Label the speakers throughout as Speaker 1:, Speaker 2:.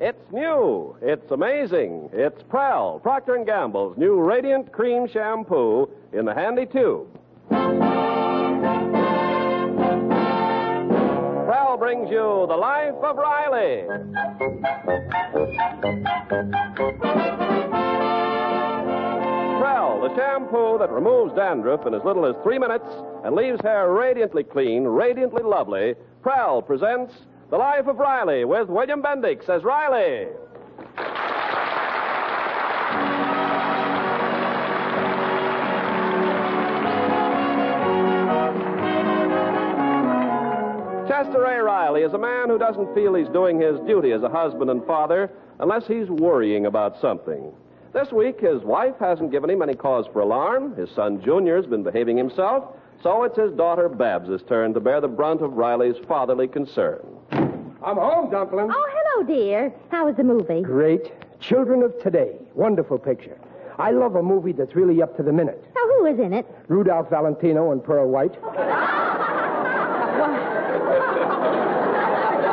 Speaker 1: It's new. It's amazing. It's Prel, Procter & Gamble's new Radiant Cream Shampoo in the handy tube. Prel brings you The Life of Riley. Prel, the shampoo that removes dandruff in as little as three minutes and leaves hair radiantly clean, radiantly lovely. Prel presents The Life of Riley with William Bendix as Riley. Chester A. Riley is a man who doesn't feel he's doing his duty as a husband and father unless he's worrying about something. This week, his wife hasn't given him any cause for alarm. His son, Junior's been behaving himself, so it's his daughter, Babs' turn to bear the brunt of Riley's fatherly concern.
Speaker 2: I'm home, Dumplin.
Speaker 3: Oh, hello, dear. How was the movie?
Speaker 2: Great. Children of Today. Wonderful picture. I love a movie that's really up to the minute.
Speaker 3: Now, who was in it?
Speaker 2: Rudolph Valentino and Pearl White.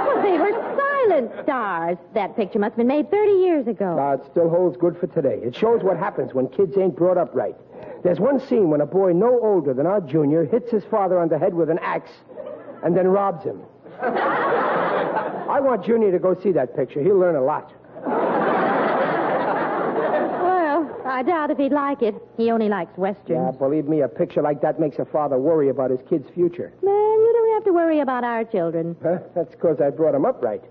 Speaker 3: Well, they were silent stars. That picture must have been made 30 years ago.
Speaker 2: Uh, it still holds good for today. It shows what happens when kids ain't brought up right. There's one scene when a boy no older than our junior hits his father on the head with an axe and then robs him. I want Junior to go see that picture. He'll learn a lot.
Speaker 3: Well, I doubt if he'd like it. He only likes
Speaker 2: Yeah,
Speaker 3: westerns.
Speaker 2: believe me, a picture like that makes a father worry about his kid's future.
Speaker 3: Man, you don't have to worry about our children.
Speaker 2: Huh? That's because I brought him up right.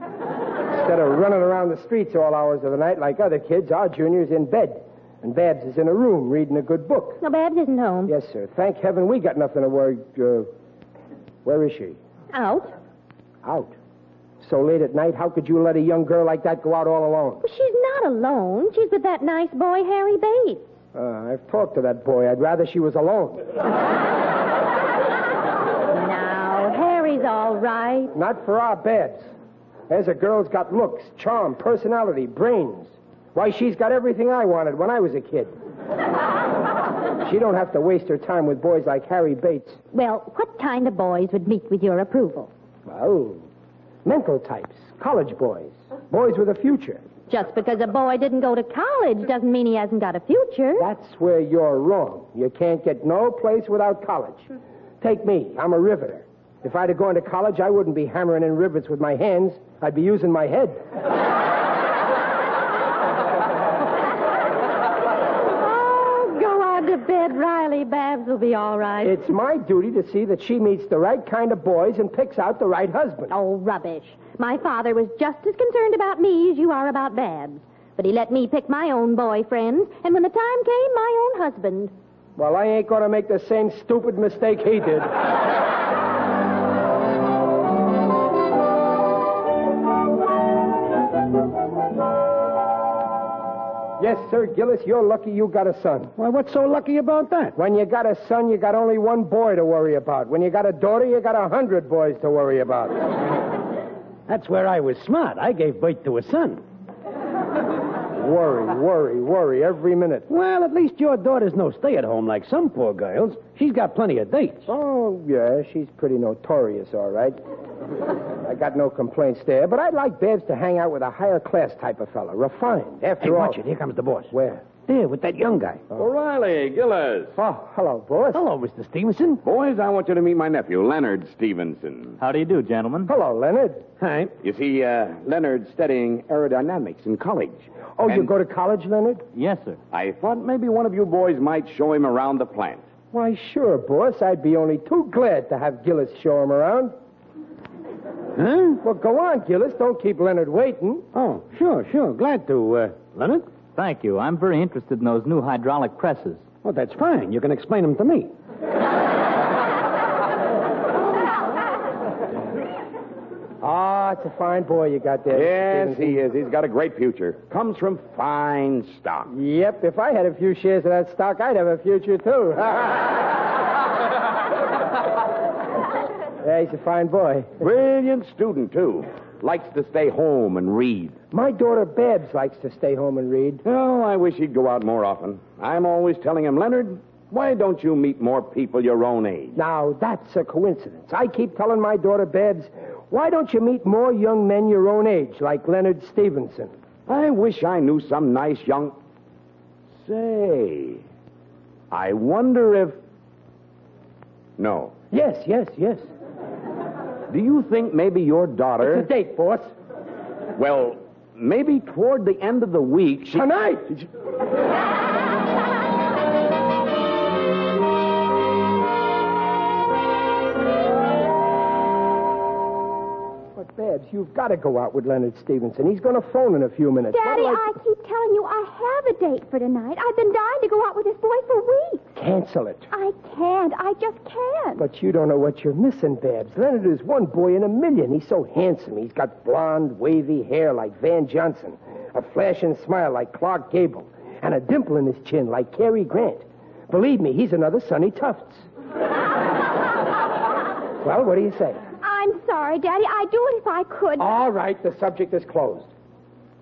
Speaker 2: Instead of running around the streets all hours of the night like other kids, our junior's in bed. And Babs is in a room reading a good book.
Speaker 3: No, Babs isn't home.
Speaker 2: Yes, sir. Thank heaven we got nothing to worry. Uh, where is she?
Speaker 3: Out?
Speaker 2: Out. So late at night, how could you let a young girl like that go out all alone?
Speaker 3: Well, she's not alone. She's with that nice boy, Harry Bates.
Speaker 2: Uh, I've talked to that boy. I'd rather she was alone.
Speaker 3: Now, Harry's all right.
Speaker 2: Not for our Babs. There's a girl's got looks, charm, personality, brains. Why, she's got everything I wanted when I was a kid. she don't have to waste her time with boys like Harry Bates.
Speaker 3: Well, what kind of boys would meet with your approval?
Speaker 2: Well, mental types, college boys, boys with a future.
Speaker 3: Just because a boy didn't go to college doesn't mean he hasn't got a future.
Speaker 2: That's where you're wrong. You can't get no place without college. Take me. I'm a riveter. If I'd have gone to college, I wouldn't be hammering in rivets with my hands. I'd be using my head.
Speaker 3: Oh, go on to bed, Riley. Babs will be all right.
Speaker 2: It's my duty to see that she meets the right kind of boys and picks out the right husband.
Speaker 3: Oh, rubbish. My father was just as concerned about me as you are about Babs. But he let me pick my own boyfriends, and when the time came, my own husband.
Speaker 2: Well, I ain't going to make the same stupid mistake he did. Yes, sir, Gillis, you're lucky you got a son.
Speaker 4: Why, what's so lucky about that?
Speaker 2: When you got a son, you got only one boy to worry about. When you got a daughter, you got a hundred boys to worry about.
Speaker 4: That's where I was smart. I gave birth to a son.
Speaker 2: worry, worry, worry every minute.
Speaker 4: Well, at least your daughter's no stay at home like some poor girls. She's got plenty of dates.
Speaker 2: Oh, yeah, she's pretty notorious, all right. I got no complaints there, but I'd like Babs to hang out with a higher class type of fella, refined. After
Speaker 4: Hey,
Speaker 2: all.
Speaker 4: watch it. Here comes the boss.
Speaker 2: Where?
Speaker 4: There, with that young guy.
Speaker 5: O'Reilly, Gillis.
Speaker 2: Uh, Oh, hello, boss.
Speaker 4: Hello, Mr. Stevenson.
Speaker 5: Boys, I want you to meet my nephew, Leonard Stevenson.
Speaker 6: How do you do, gentlemen?
Speaker 2: Hello, Leonard.
Speaker 4: Hi.
Speaker 5: You see, uh, Leonard's studying aerodynamics in college.
Speaker 2: Oh, you
Speaker 5: And-
Speaker 2: go to college, Leonard?
Speaker 6: Yes, sir.
Speaker 5: I thought maybe one of you boys might show him around the plant.
Speaker 2: Why, sure, boss. I'd be only too glad to have Gillis show him around.
Speaker 4: Huh?
Speaker 2: Well, go on, Gillis. Don't keep Leonard waiting.
Speaker 4: Oh, sure, sure. Glad to, uh, Leonard.
Speaker 6: Thank you. I'm very interested in those new hydraulic presses.
Speaker 4: Well, that's fine. You can explain them to me.
Speaker 2: Ah, it's a fine boy you got there. Mr.
Speaker 5: Yes,
Speaker 2: Stevenson.
Speaker 5: he is. He's got a great future. Comes from fine stock.
Speaker 2: Yep, if I had a few shares of that stock, I'd have a future, too. yeah, he's a fine boy.
Speaker 5: Brilliant student, too. Likes to stay home and read.
Speaker 2: My daughter Babs likes to stay home and read.
Speaker 5: Oh, I wish he'd go out more often. I'm always telling him, Leonard, why don't you meet more people your own age?
Speaker 2: Now, that's a coincidence. I keep telling my daughter Babs, Why don't you meet more young men your own age, like Leonard Stevenson?
Speaker 5: I wish I knew some nice young. Say, I wonder if. No.
Speaker 2: Yes, yes, yes.
Speaker 5: Do you think maybe your daughter.
Speaker 2: It's a date, boss.
Speaker 5: Well, maybe toward the end of the week she.
Speaker 2: Tonight! But, Babs, you've got to go out with Leonard Stevenson. He's going to phone in a few minutes. Not
Speaker 7: Daddy,
Speaker 2: like-
Speaker 7: I keep telling you I have a date for tonight. I've been dying to go out with this boy for weeks.
Speaker 2: Cancel it.
Speaker 7: I can't. I just can't.
Speaker 2: But you don't know what you're missing, Babs. Leonard is one boy in a million. He's so handsome. He's got blonde, wavy hair like Van Johnson, a flashing smile like Clark Gable, and a dimple in his chin like Cary Grant. Believe me, he's another Sonny Tufts. well, what do you say?
Speaker 7: I'm sorry, Daddy. I'd do it if I could.
Speaker 2: All right, the subject is closed.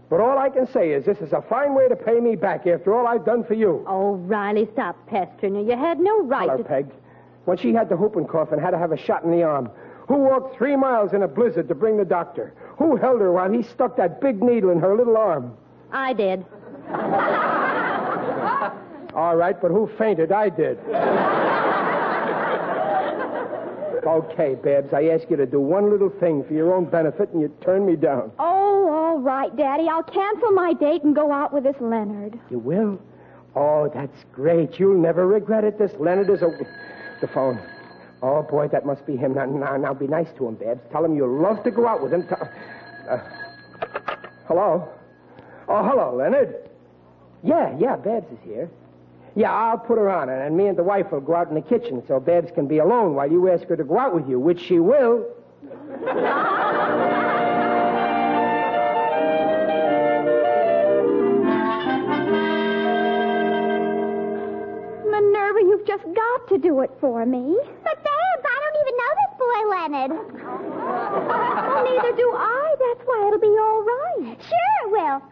Speaker 2: But all I can say is this is a fine way to pay me back after all I've done for you.
Speaker 7: Oh, Riley, stop pestering her. You had no right
Speaker 2: Hello,
Speaker 7: to.
Speaker 2: Peg. When she had the whooping cough and had to have a shot in the arm, who walked three miles in a blizzard to bring the doctor? Who held her while he stuck that big needle in her little arm?
Speaker 7: I did.
Speaker 2: All right, but who fainted? I did. okay, Babs, I ask you to do one little thing for your own benefit, and you turn me down.
Speaker 7: Oh, all right, Daddy. I'll cancel my date and go out with this Leonard.
Speaker 2: You will? Oh, that's great. You'll never regret it. This Leonard is a. The phone. Oh, boy, that must be him. Now, now, now be nice to him, Babs. Tell him you'll love to go out with him. Tell- Uh, hello? Oh, hello, Leonard. Yeah, yeah, Babs is here. Yeah, I'll put her on, and me and the wife will go out in the kitchen so Babs can be alone while you ask her to go out with you, which she will.
Speaker 7: Minerva, you've just got to do it for me. But, Babs, I don't even know this boy, Leonard. well, neither do I. That's why it'll be all right. Sure it will.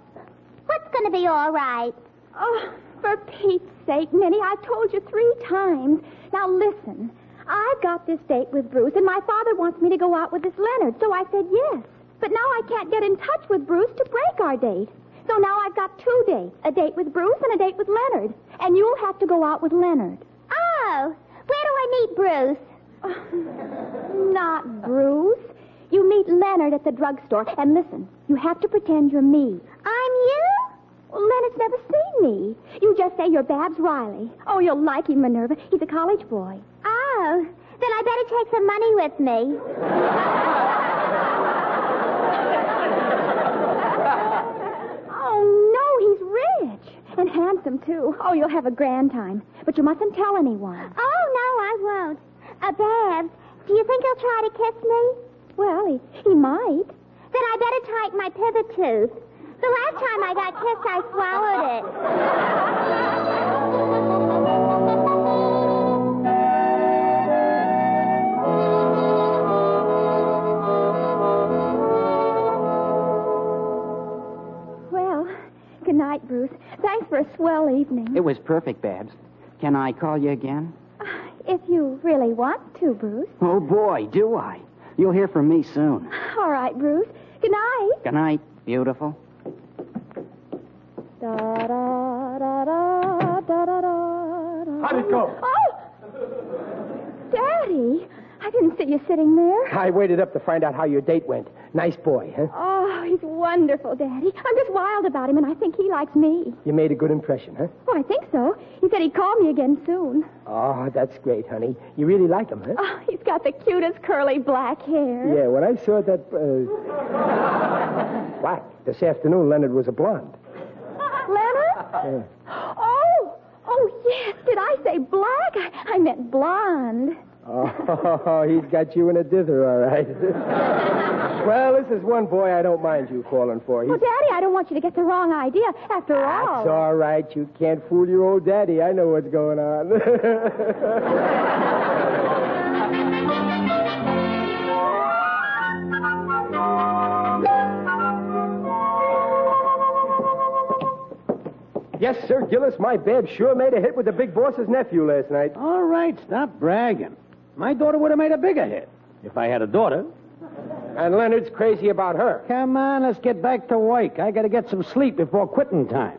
Speaker 7: What's going to be all right? Oh, for Pete's sake, Minnie, I've told you three times. Now, listen. I've got this date with Bruce, and my father wants me to go out with this Leonard, so I said yes. But now I can't get in touch with Bruce to break our date. So now I've got two dates a date with Bruce and a date with Leonard. And you'll have to go out with Leonard. Oh, where do I meet Bruce? Not Bruce. You meet Leonard at the drugstore. And listen, you have to pretend you're me. I'm you? Leonard's never seen me. You just say you're Babs Riley. Oh, you'll like him, Minerva. He's a college boy. Oh, then I better take some money with me. Oh, no, he's rich. And handsome, too. Oh, you'll have a grand time. But you mustn't tell anyone. Oh, no, I won't. Uh, Babs, do you think he'll try to kiss me? Well, he, he might. Then I better tighten my pivot tooth. The last time I got kissed, I swallowed it. Well, good night, Bruce. Thanks for a swell evening.
Speaker 4: It was perfect, Babs. Can I call you again?
Speaker 7: If you really want to, Bruce.
Speaker 4: Oh, boy, do I. You'll hear from me soon.
Speaker 7: All right, Bruce. Good night.
Speaker 4: Good night, beautiful.
Speaker 7: Da da da da da da da.
Speaker 2: How'd it go?
Speaker 7: Oh, Daddy! I didn't see you sitting there.
Speaker 2: I waited up to find out how your date went. Nice boy, huh?
Speaker 7: Oh, he's wonderful, Daddy. I'm just wild about him, and I think he likes me.
Speaker 2: You made a good impression, huh?
Speaker 7: Oh, I think so. He said he'd call me again soon.
Speaker 2: Oh, that's great, honey. You really like him, huh?
Speaker 7: Oh, he's got the cutest curly black hair.
Speaker 2: Yeah, when I saw that. Uh... Black. This afternoon, Leonard was a blonde.
Speaker 7: Leonard? Oh, oh yes. Did I say black? I, I meant blonde.
Speaker 2: Oh, he's got you in a dither, all right. well, this is one boy I don't mind you falling for. He's...
Speaker 7: Well, Daddy, I don't want you to get the wrong idea. After all.
Speaker 2: That's all right. You can't fool your old daddy. I know what's going on. yes, sir, Gillis, my Babs sure made a hit with the big boss's nephew last night.
Speaker 8: All right, stop bragging. My daughter would have made a bigger hit if I had a daughter.
Speaker 2: And Leonard's crazy about her.
Speaker 8: Come on, let's get back to work. I gotta get some sleep before quitting time.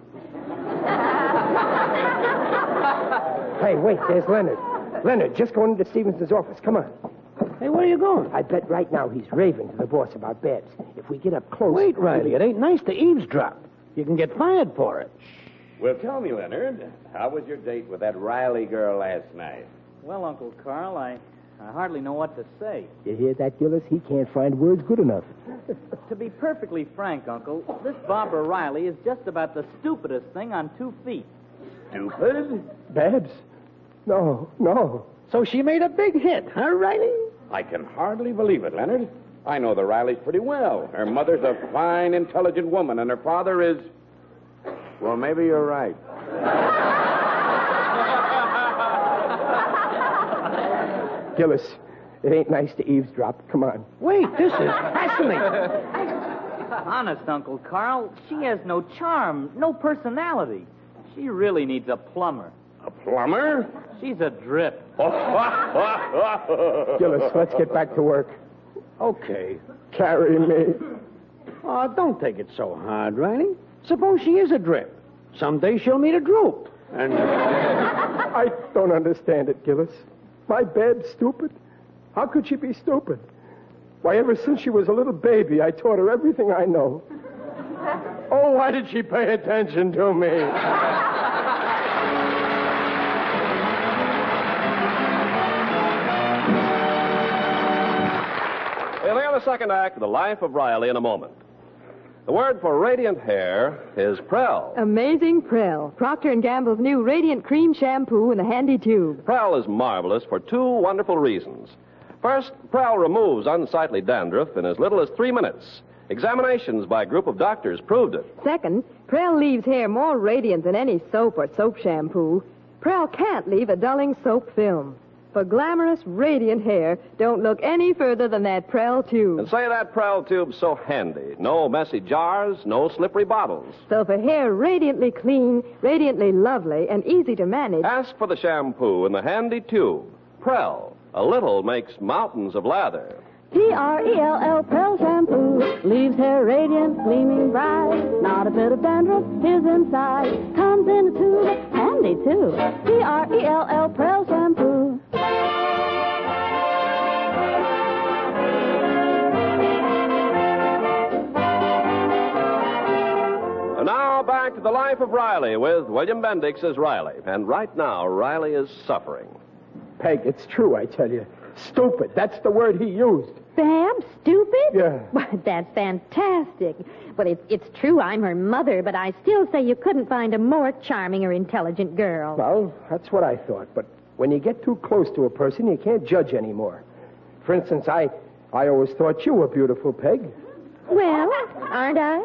Speaker 2: Hey, wait, there's Leonard. Leonard, just going into Stevenson's office. Come on.
Speaker 8: Hey, where are you going?
Speaker 2: I bet right now he's raving to the boss about Babs. If we get up close.
Speaker 8: Wait, Riley, it ain't nice to eavesdrop. You can get fired for it.
Speaker 5: Well, tell me, Leonard, how was your date with that Riley girl last night?
Speaker 6: Well, Uncle Carl, I, I hardly know what to say.
Speaker 2: You hear that, Gillis? He can't find words good enough.
Speaker 6: To be perfectly frank, Uncle, this Barbara Riley is just about the stupidest thing on two feet.
Speaker 5: Stupid?
Speaker 2: Babs? No, no.
Speaker 8: So she made a big hit, huh, Riley?
Speaker 5: I can hardly believe it, Leonard. I know the Rileys pretty well. Her mother's a fine, intelligent woman, and her father is. Well, maybe you're right.
Speaker 2: Gillis, it ain't nice to eavesdrop. Come on.
Speaker 8: Wait, this is fascinating.
Speaker 6: Honest, Uncle Carl, she has no charm, no personality. She really needs a plumber.
Speaker 5: A plumber?
Speaker 6: She's a drip.
Speaker 2: Gillis, let's get back to work.
Speaker 8: Okay.
Speaker 2: Carry me.
Speaker 8: Oh, don't take it so hard, Riley. Suppose Oh, she is a drip. Someday she'll meet a droop. And
Speaker 2: I don't understand it, Gillis. My Bab's stupid? How could she be stupid? Why, ever since she was a little baby, I taught her everything I know. Oh, why did she pay attention to me?
Speaker 1: We'll hear the second act of The Life of Riley in a moment. The word for radiant hair is Prel.
Speaker 9: Amazing Prel, Procter & Gamble's new Radiant Cream Shampoo in a handy tube.
Speaker 1: Prel is marvelous for two wonderful reasons. First, Prel removes unsightly dandruff in as little as three minutes. Examinations by a group of doctors proved it.
Speaker 9: Second, Prel leaves hair more radiant than any soap or soap shampoo. Prel can't leave a dulling soap film. For glamorous, radiant hair, don't look any further than that Prel tube.
Speaker 1: And say that Prel tube's so handy. No messy jars, no slippery bottles.
Speaker 9: So for hair radiantly clean, radiantly lovely, and easy to manage,
Speaker 1: Ask for the shampoo in the handy tube. Prel. A little makes mountains of lather.
Speaker 9: P-R-E-L-L E Pearl Shampoo leaves hair radiant, gleaming bright. Not a bit of dandruff is inside. Comes in a tube, handy too. P-R-E-L-L Pearl Shampoo.
Speaker 1: And now back to the life of Riley with William Bendix as Riley. And right now, Riley is suffering.
Speaker 2: Peg, it's true, I tell you. Stupid. That's the word he used.
Speaker 3: Babs, stupid?
Speaker 2: Yeah.
Speaker 3: Why, that's fantastic. But it's it's true I'm her mother, but I still say you couldn't find a more charming or intelligent girl.
Speaker 2: Well, that's what I thought. But when you get too close to a person, you can't judge anymore. For instance, I, I always thought you were beautiful, Peg.
Speaker 3: Well, aren't I?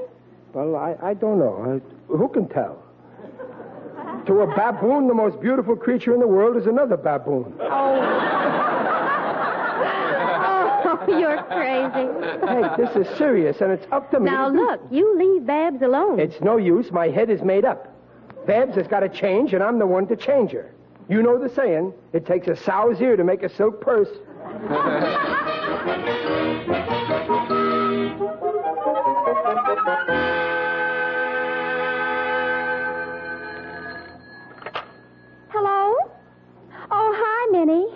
Speaker 2: Well, I, I don't know. I, who can tell? To a baboon, the most beautiful creature in the world is another baboon.
Speaker 3: Oh, you're crazy.
Speaker 2: Peg, this is serious, and it's up to me.
Speaker 3: Now
Speaker 2: to do-
Speaker 3: look, you leave Babs alone.
Speaker 2: It's no use. My head is made up. Babs has got to change, and I'm the one to change her. You know the saying it takes a sow's ear to make a silk purse.
Speaker 7: Hello? Oh, hi, Minnie.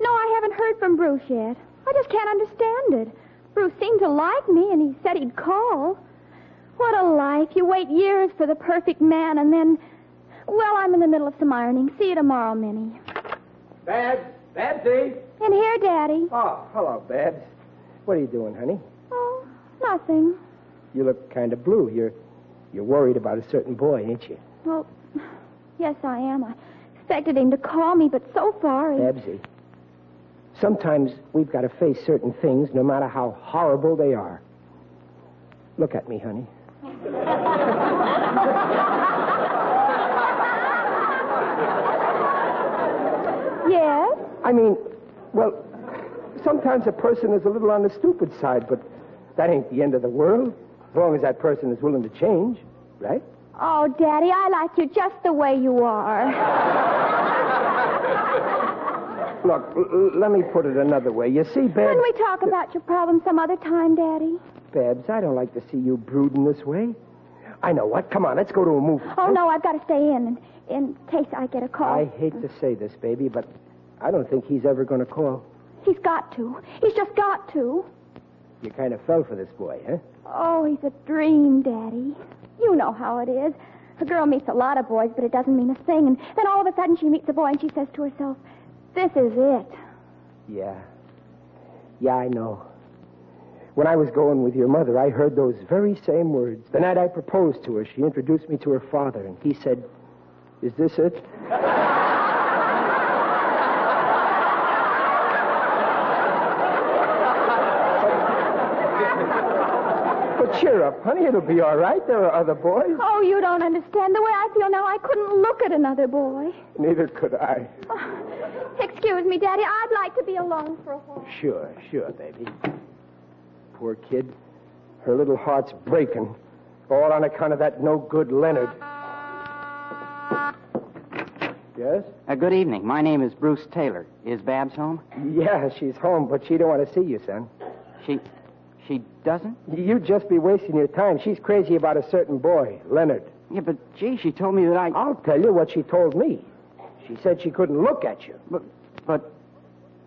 Speaker 7: No, I haven't heard from Bruce yet. I just can't understand it. Bruce seemed to like me, and he said he'd call. What a life. You wait years for the perfect man, and then. Well, I'm in the middle of some ironing. See you tomorrow, Minnie.
Speaker 2: Babs, Babsy.
Speaker 7: And here, Daddy.
Speaker 2: Oh, hello, Babs. What are you doing, honey?
Speaker 7: Oh, nothing.
Speaker 2: You look kind of blue. You're, you're worried about a certain boy, ain't you,
Speaker 7: Well, yes, I am. I expected him to call me, but so far he.
Speaker 2: Babsy? Sometimes we've got to face certain things, no matter how horrible they are. Look at me, honey.
Speaker 7: Yes?
Speaker 2: I mean, well, sometimes a person is a little on the stupid side, but that ain't the end of the world, as long as that person is willing to change, right?
Speaker 7: Oh, Daddy, I like you just the way you are.
Speaker 2: Look, l- l- let me put it another way. You see, Babs.
Speaker 7: Can we talk about your problem some other time, Daddy?
Speaker 2: Babs, I don't like to see you brooding this way. I know what. Come on, let's go to a movie.
Speaker 7: Oh, no, I've got to stay in in, in case I get a call.
Speaker 2: I hate to say this, baby, but I don't think he's ever going to call.
Speaker 7: He's got to. He's just got to.
Speaker 2: You kind of fell for this boy, huh?
Speaker 7: Oh, he's a dream, Daddy. You know how it is. A girl meets a lot of boys, but it doesn't mean a thing. And then all of a sudden she meets a boy and she says to herself, This is it.
Speaker 2: Yeah. Yeah, I know. When I was going with your mother, I heard those very same words. The night I proposed to her, she introduced me to her father, and he said, Is this it? But cheer up, honey. It'll be all right. There are other boys.
Speaker 7: Oh, you don't understand. The way I feel now, I couldn't look at another boy.
Speaker 2: Neither could I.
Speaker 7: Oh, excuse me, Daddy. I'd like to be alone for a while.
Speaker 2: Sure, sure, baby. Poor kid. Her little heart's breaking. All on account of that no good Leonard. Yes?
Speaker 4: Uh, good evening. My name is Bruce Taylor. Is Babs home?
Speaker 2: Yeah, she's home, but she don't want to see you, son.
Speaker 4: She she doesn't?
Speaker 2: You'd just be wasting your time. She's crazy about a certain boy, Leonard.
Speaker 4: Yeah, but gee, she told me that I.
Speaker 2: I'll tell you what she told me. She said she couldn't look at you.
Speaker 4: But, but,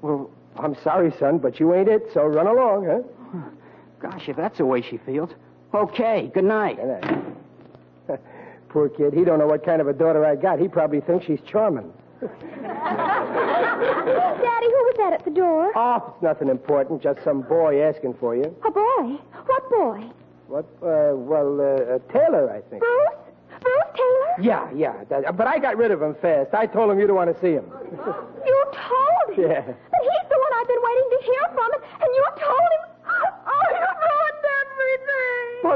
Speaker 4: well,
Speaker 2: I'm sorry, son, but you ain't it, so run along, huh?
Speaker 4: Gosh, if that's the way she feels. Okay, good night.
Speaker 2: Good night. Poor kid, he don't know what kind of a daughter I got. He probably thinks she's charming.
Speaker 7: Daddy, who was that at the door?
Speaker 2: Oh, it's nothing important. Just some boy asking for you.
Speaker 7: A boy? What boy?
Speaker 2: What? Uh, well, uh, uh, Taylor, I think.
Speaker 7: Bruce? Bruce Taylor?
Speaker 2: Yeah, yeah. That, but I got rid of him fast. I told him you don't want to see him.
Speaker 7: you told him?
Speaker 2: Yeah.
Speaker 7: But he's the one I've been waiting to hear from, and you told him. Oh, you ruined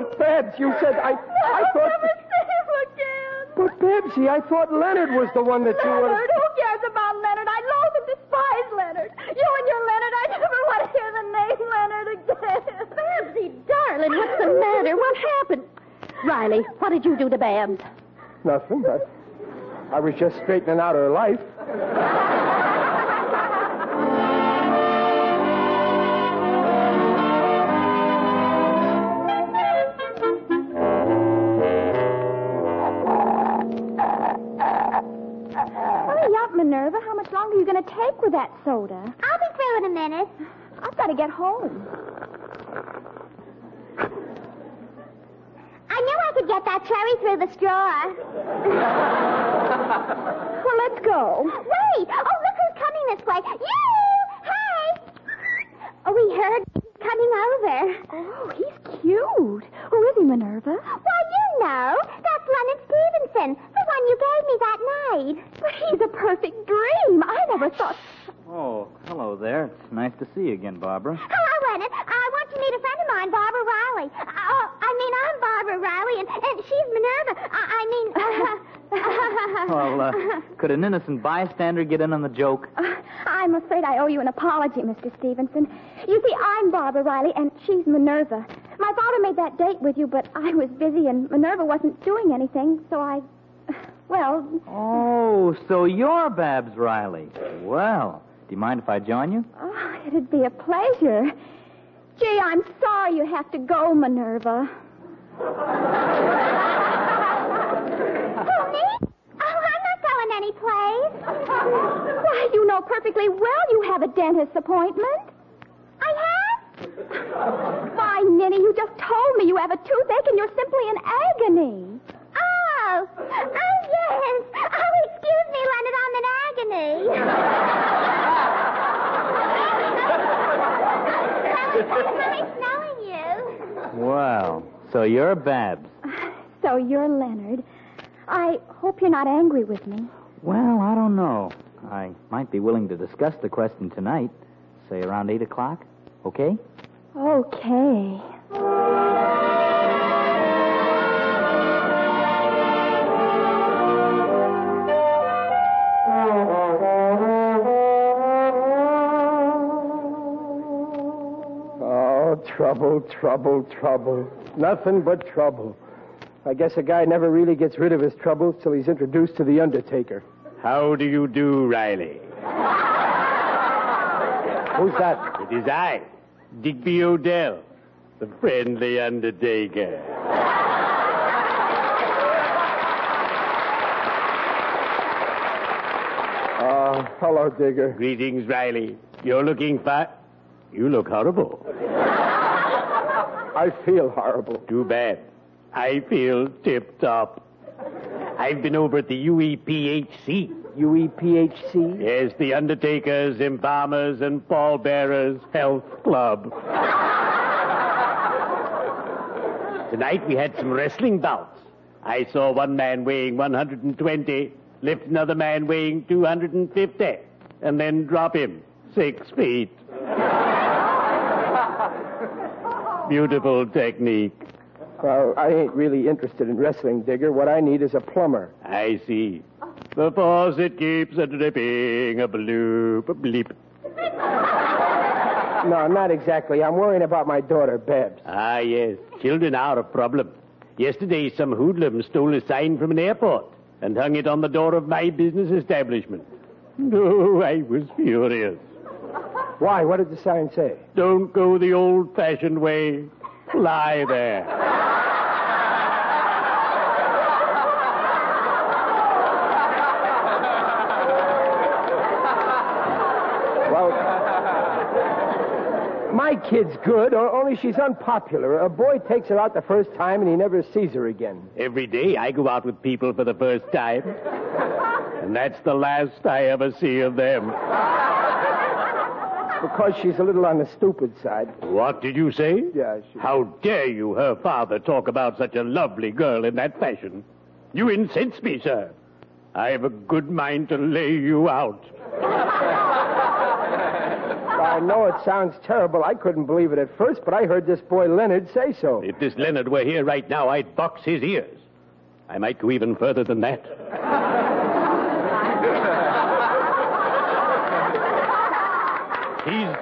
Speaker 7: everything.
Speaker 2: But Babs, you said I. I
Speaker 7: I'll
Speaker 2: thought.
Speaker 7: never see him again.
Speaker 2: But Babsy, I thought Leonard was the one that you
Speaker 7: Leonard,
Speaker 2: wanted.
Speaker 7: who cares about Leonard? I loathe and despise Leonard. You and your Leonard, I never want to hear the name Leonard again.
Speaker 3: Babsy, darling, what's the matter? What happened? Riley, what did you do to Babs?
Speaker 2: Nothing. I, I was just straightening out her life.
Speaker 7: Hurry up, Minerva. How much longer are you going to take with that soda?
Speaker 10: I'll be through in a minute.
Speaker 7: I've got to get home.
Speaker 10: I knew I could get that cherry through the straw.
Speaker 7: Well, let's go.
Speaker 10: Wait! Oh, look who's coming this way. You! Hi! Oh, we heard he's coming over.
Speaker 7: Oh, he's cute. Who is he, Minerva?
Speaker 10: Why, you know. That's Leonard Stevenson, the one you gave me that night.
Speaker 7: But he's a perfect dream. I never thought.
Speaker 6: Oh, hello there. It's nice to see you again, Barbara.
Speaker 10: Hello, Leonard. Oh, I want to meet a friend of mine, Barbara Riley. Oh, I mean, I'm Barbara Riley, and, and she's Minerva. I, I mean. uh,
Speaker 6: Well, uh, could an innocent bystander get in on the joke?
Speaker 7: Uh, I'm afraid I owe you an apology, Mr. Stevenson. You see, I'm Barbara Riley, and she's Minerva. My father made that date with you, but I was busy, and Minerva wasn't doing anything, so I. Well,
Speaker 6: Oh, so you're Babs Riley. Well, do you mind if I join you?
Speaker 7: oh, it'd be a pleasure. Gee, I'm sorry you have to go, Minerva.
Speaker 10: Who, me? Oh, I'm not going anyplace. Oh,
Speaker 7: Why, you know perfectly well you have a dentist's appointment.
Speaker 10: I have?
Speaker 7: Why, Ninny, you just told me you have a toothache and you're simply in agony.
Speaker 10: Oh, oh, yes. Oh, excuse me, Leonard, I'm in agony. Smelly, smelly, smelling you.
Speaker 6: Well, so you're Babs.
Speaker 7: So you're Leonard. I hope you're not angry with me.
Speaker 6: Well, I don't know. I might be willing to discuss the question tonight, say around 8 o'clock. Okay?
Speaker 7: Okay.
Speaker 2: Oh, trouble, trouble, trouble. Nothing but trouble. I guess a guy never really gets rid of his troubles till he's introduced to the undertaker.
Speaker 5: How do you do, Riley?
Speaker 11: Who's that?
Speaker 12: It is I, Digby Odell, the friendly undertaker.
Speaker 11: Uh, hello, Digger.
Speaker 12: Greetings, Riley. You're looking fine. You look horrible.
Speaker 11: I feel horrible.
Speaker 12: Too bad. I feel tipped up. I've been over at the E UEPHC.
Speaker 11: E
Speaker 4: UEPHC?
Speaker 12: Yes, the Undertakers, Embalmers, and Pallbearers Health Club. Tonight we had some wrestling bouts. I saw one man weighing 120 lift another man weighing 250 and then drop him six feet. Beautiful technique.
Speaker 2: Well, I ain't really interested in wrestling, Digger. What I need is a plumber.
Speaker 12: I see. The faucet keeps a dripping, a bloop, a bleep.
Speaker 2: No, not exactly. I'm worrying about my daughter, Babs.
Speaker 12: Ah, yes. Children are a problem. Yesterday, some hoodlum stole a sign from an airport and hung it on the door of my business establishment. Oh, I was furious.
Speaker 2: Why? What did the sign say?
Speaker 12: Don't go the old fashioned way. Lie there.
Speaker 2: My kid's good, o- only she's unpopular. A boy takes her out the first time and he never sees her again.
Speaker 12: Every day I go out with people for the first time. And that's the last I ever see of them.
Speaker 2: Because she's a little on the stupid side.
Speaker 12: What did you say?
Speaker 2: Yeah, she.
Speaker 12: How dare you, her father, talk about such a lovely girl in that fashion? You incense me, sir. I have a good mind to lay you out.
Speaker 2: I know it sounds terrible. I couldn't believe it at first, but I heard this boy Leonard say so.
Speaker 12: If this Leonard were here right now, I'd box his ears. I might go even further than that. he's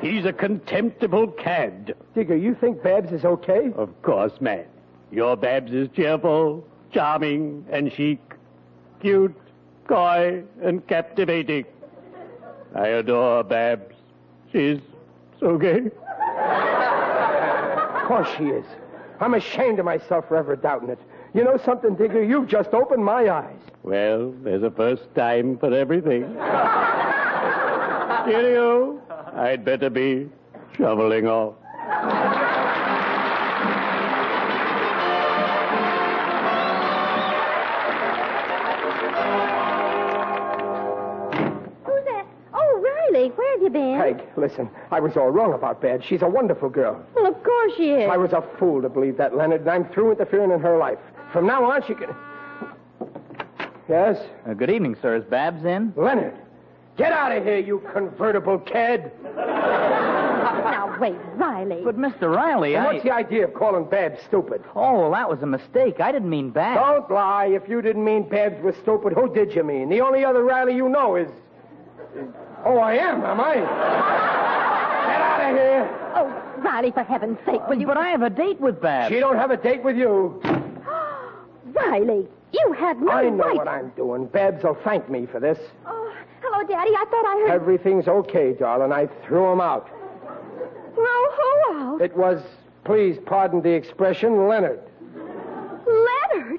Speaker 12: he's a contemptible cad.
Speaker 2: Digger, you think Babs is okay?
Speaker 12: Of course, man. Your Babs is cheerful, charming, and chic, cute, coy, and captivating. I adore Babs. She's so gay.
Speaker 2: Of course she is. I'm ashamed of myself for ever doubting it. You know something, Digger? You've just opened my eyes.
Speaker 12: Well, there's a first time for everything. Cheerio. I'd better be shoveling off.
Speaker 7: Who's that?
Speaker 3: Oh, Riley, where have you been?
Speaker 2: Peg, listen, I was all wrong about Babs. She's a wonderful girl.
Speaker 3: Well, of course she is.
Speaker 2: I was a fool to believe that, Leonard, and I'm through interfering in her life. From now on, she can. Yes?
Speaker 6: Uh, good evening, sir. Is Babs in?
Speaker 2: Leonard, get out of here, you convertible cad.
Speaker 3: Now, wait, Riley.
Speaker 6: But, Mr. Riley,
Speaker 2: And
Speaker 6: I...
Speaker 2: what's the idea of calling Babs stupid?
Speaker 6: Oh, well, that was a mistake. I didn't mean Babs.
Speaker 2: Don't lie. If you didn't mean Babs was stupid, who did you mean? The only other Riley you know is. Oh, I am, am I? Get out of here.
Speaker 3: Oh, Riley, for heaven's sake, will you...
Speaker 6: But I have a date with Babs.
Speaker 2: She don't have a date with you.
Speaker 3: Riley, you had no
Speaker 2: I know
Speaker 3: right.
Speaker 2: what I'm doing. Babs will thank me for this.
Speaker 7: Oh, hello, Daddy. I thought I heard.
Speaker 2: Everything's okay, darling. I threw him out.
Speaker 7: Throw who out?
Speaker 2: It was, please pardon the expression, Leonard.
Speaker 7: Leonard.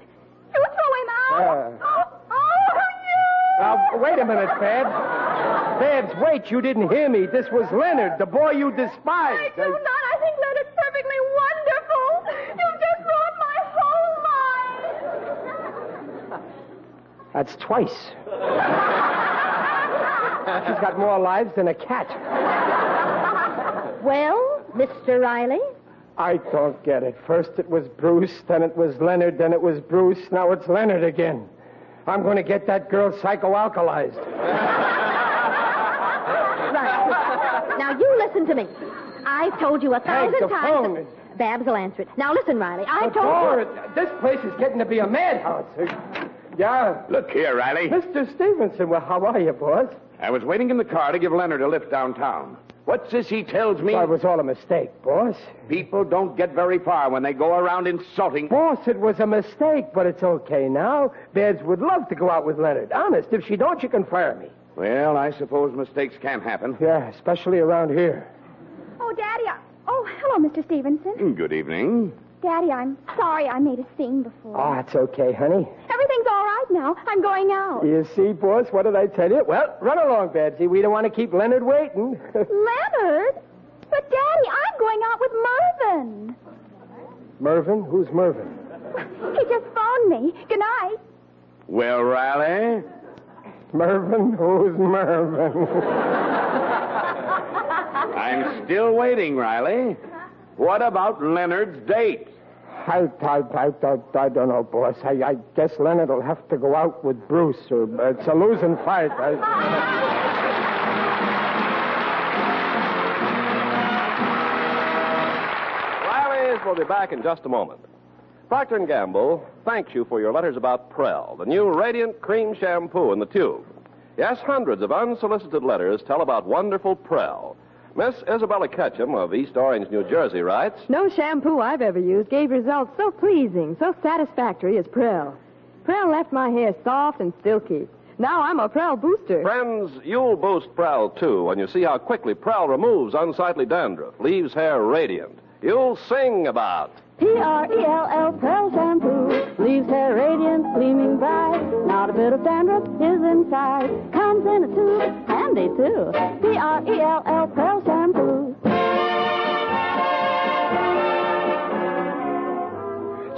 Speaker 7: You throw him out.
Speaker 2: Yeah.
Speaker 7: Oh, oh, you!
Speaker 2: Now, wait a minute, Babs. Babs, wait. You didn't hear me. This was Leonard, the boy you despised.
Speaker 7: I do not. I think Leonard's perfectly wonderful. You just ruined my whole life.
Speaker 2: That's twice. She's got more lives than a cat.
Speaker 3: Well, Mr. Riley,
Speaker 2: I don't get it. First it was Bruce, then it was Leonard, then it was Bruce, now it's Leonard again. I'm going to get that girl psychoalkalized.
Speaker 3: now you listen to me. I've told you a
Speaker 2: Peg,
Speaker 3: thousand
Speaker 2: the
Speaker 3: times.
Speaker 2: phone is-
Speaker 3: Babs will answer it. Now listen, Riley. I
Speaker 2: The
Speaker 3: told
Speaker 2: door,
Speaker 3: you.
Speaker 2: it- this place is getting to be a madhouse. Yeah.
Speaker 5: Look here, Riley.
Speaker 2: Mr. Stevenson, well, how are you, boss?
Speaker 5: I was waiting in the car to give Leonard a lift downtown. What's this he tells me?
Speaker 2: Well, it was all a mistake, boss.
Speaker 5: People don't get very far when they go around insulting.
Speaker 2: Boss, it was a mistake, but it's okay now. Babs would love to go out with Leonard. Honest, if she don't, you can fire me.
Speaker 5: Well, I suppose mistakes can happen.
Speaker 2: Yeah, especially around here.
Speaker 10: Oh, Daddy, I... Oh, hello, Mr.
Speaker 2: Mm.
Speaker 10: Stevenson.
Speaker 5: Mm, Good evening.
Speaker 10: Daddy, I'm sorry I made a scene before.
Speaker 2: Oh, it's okay, honey.
Speaker 10: Everything's all right now. I'm going out.
Speaker 2: You see, boss, what did I tell you? Well, run along, Babsy. We don't want to keep Leonard waiting.
Speaker 10: Leonard? But, Daddy, I'm going out with Mervyn.
Speaker 2: Mervyn? Who's Mervyn?
Speaker 10: He just phoned me. Good night.
Speaker 5: Well, Riley.
Speaker 2: Mervyn? Who's Mervyn?
Speaker 5: I'm still waiting, Riley. What about Leonard's date?
Speaker 2: I, I, I, I, I don't know, boss. I, I guess Leonard will have to go out with Bruce, or uh, it's a losing fight. I...
Speaker 1: Riley's will be back in just a moment. Procter & Gamble thanks you for your letters about Prel, the new radiant cream shampoo in the tube. Yes, hundreds of unsolicited letters tell about wonderful Prel. Miss Isabella Ketchum of East Orange, New Jersey writes,
Speaker 13: No shampoo I've ever used gave results so pleasing, so satisfactory as Prel. Prel left my hair soft and silky. Now I'm a Prel booster.
Speaker 1: Friends, you'll boost Prowl too when you see how quickly Prowl removes unsightly dandruff, leaves hair radiant. You'll sing about.
Speaker 9: P-R-E-L-L, E Pearl Shampoo. Leaves hair radiant, gleaming bright. Not a bit of dandruff is inside. Comes in a tube, handy too. P-R-E-L-L, Pearl Shampoo.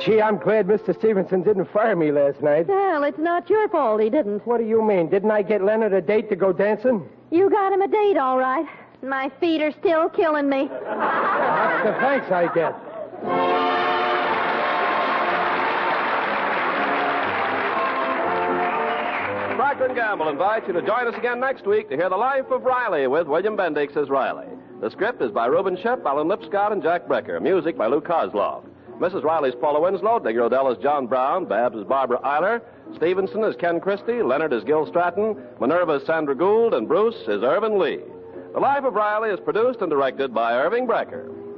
Speaker 2: Gee, I'm glad Mr. Stevenson didn't fire me last night.
Speaker 13: Well, it's not your fault he didn't.
Speaker 2: What do you mean? Didn't I get Leonard a date to go dancing?
Speaker 13: You got him a date, all right. My feet are still killing me.
Speaker 2: That's the thanks I get.
Speaker 1: Procter & Gamble invites you to join us again next week to hear The Life of Riley with William Bendix as Riley. The script is by Reuben Shep, Alan Lipscott, and Jack Brecker. Music by Lou Kozlov. Mrs. Riley's Paula Winslow, Digger Odell is John Brown, Babs is Barbara Eiler, Stevenson is Ken Christie, Leonard is Gil Stratton, Minerva is Sandra Gould, and Bruce is Irvin Lee. The Life of Riley is produced and directed by Irving Brecker.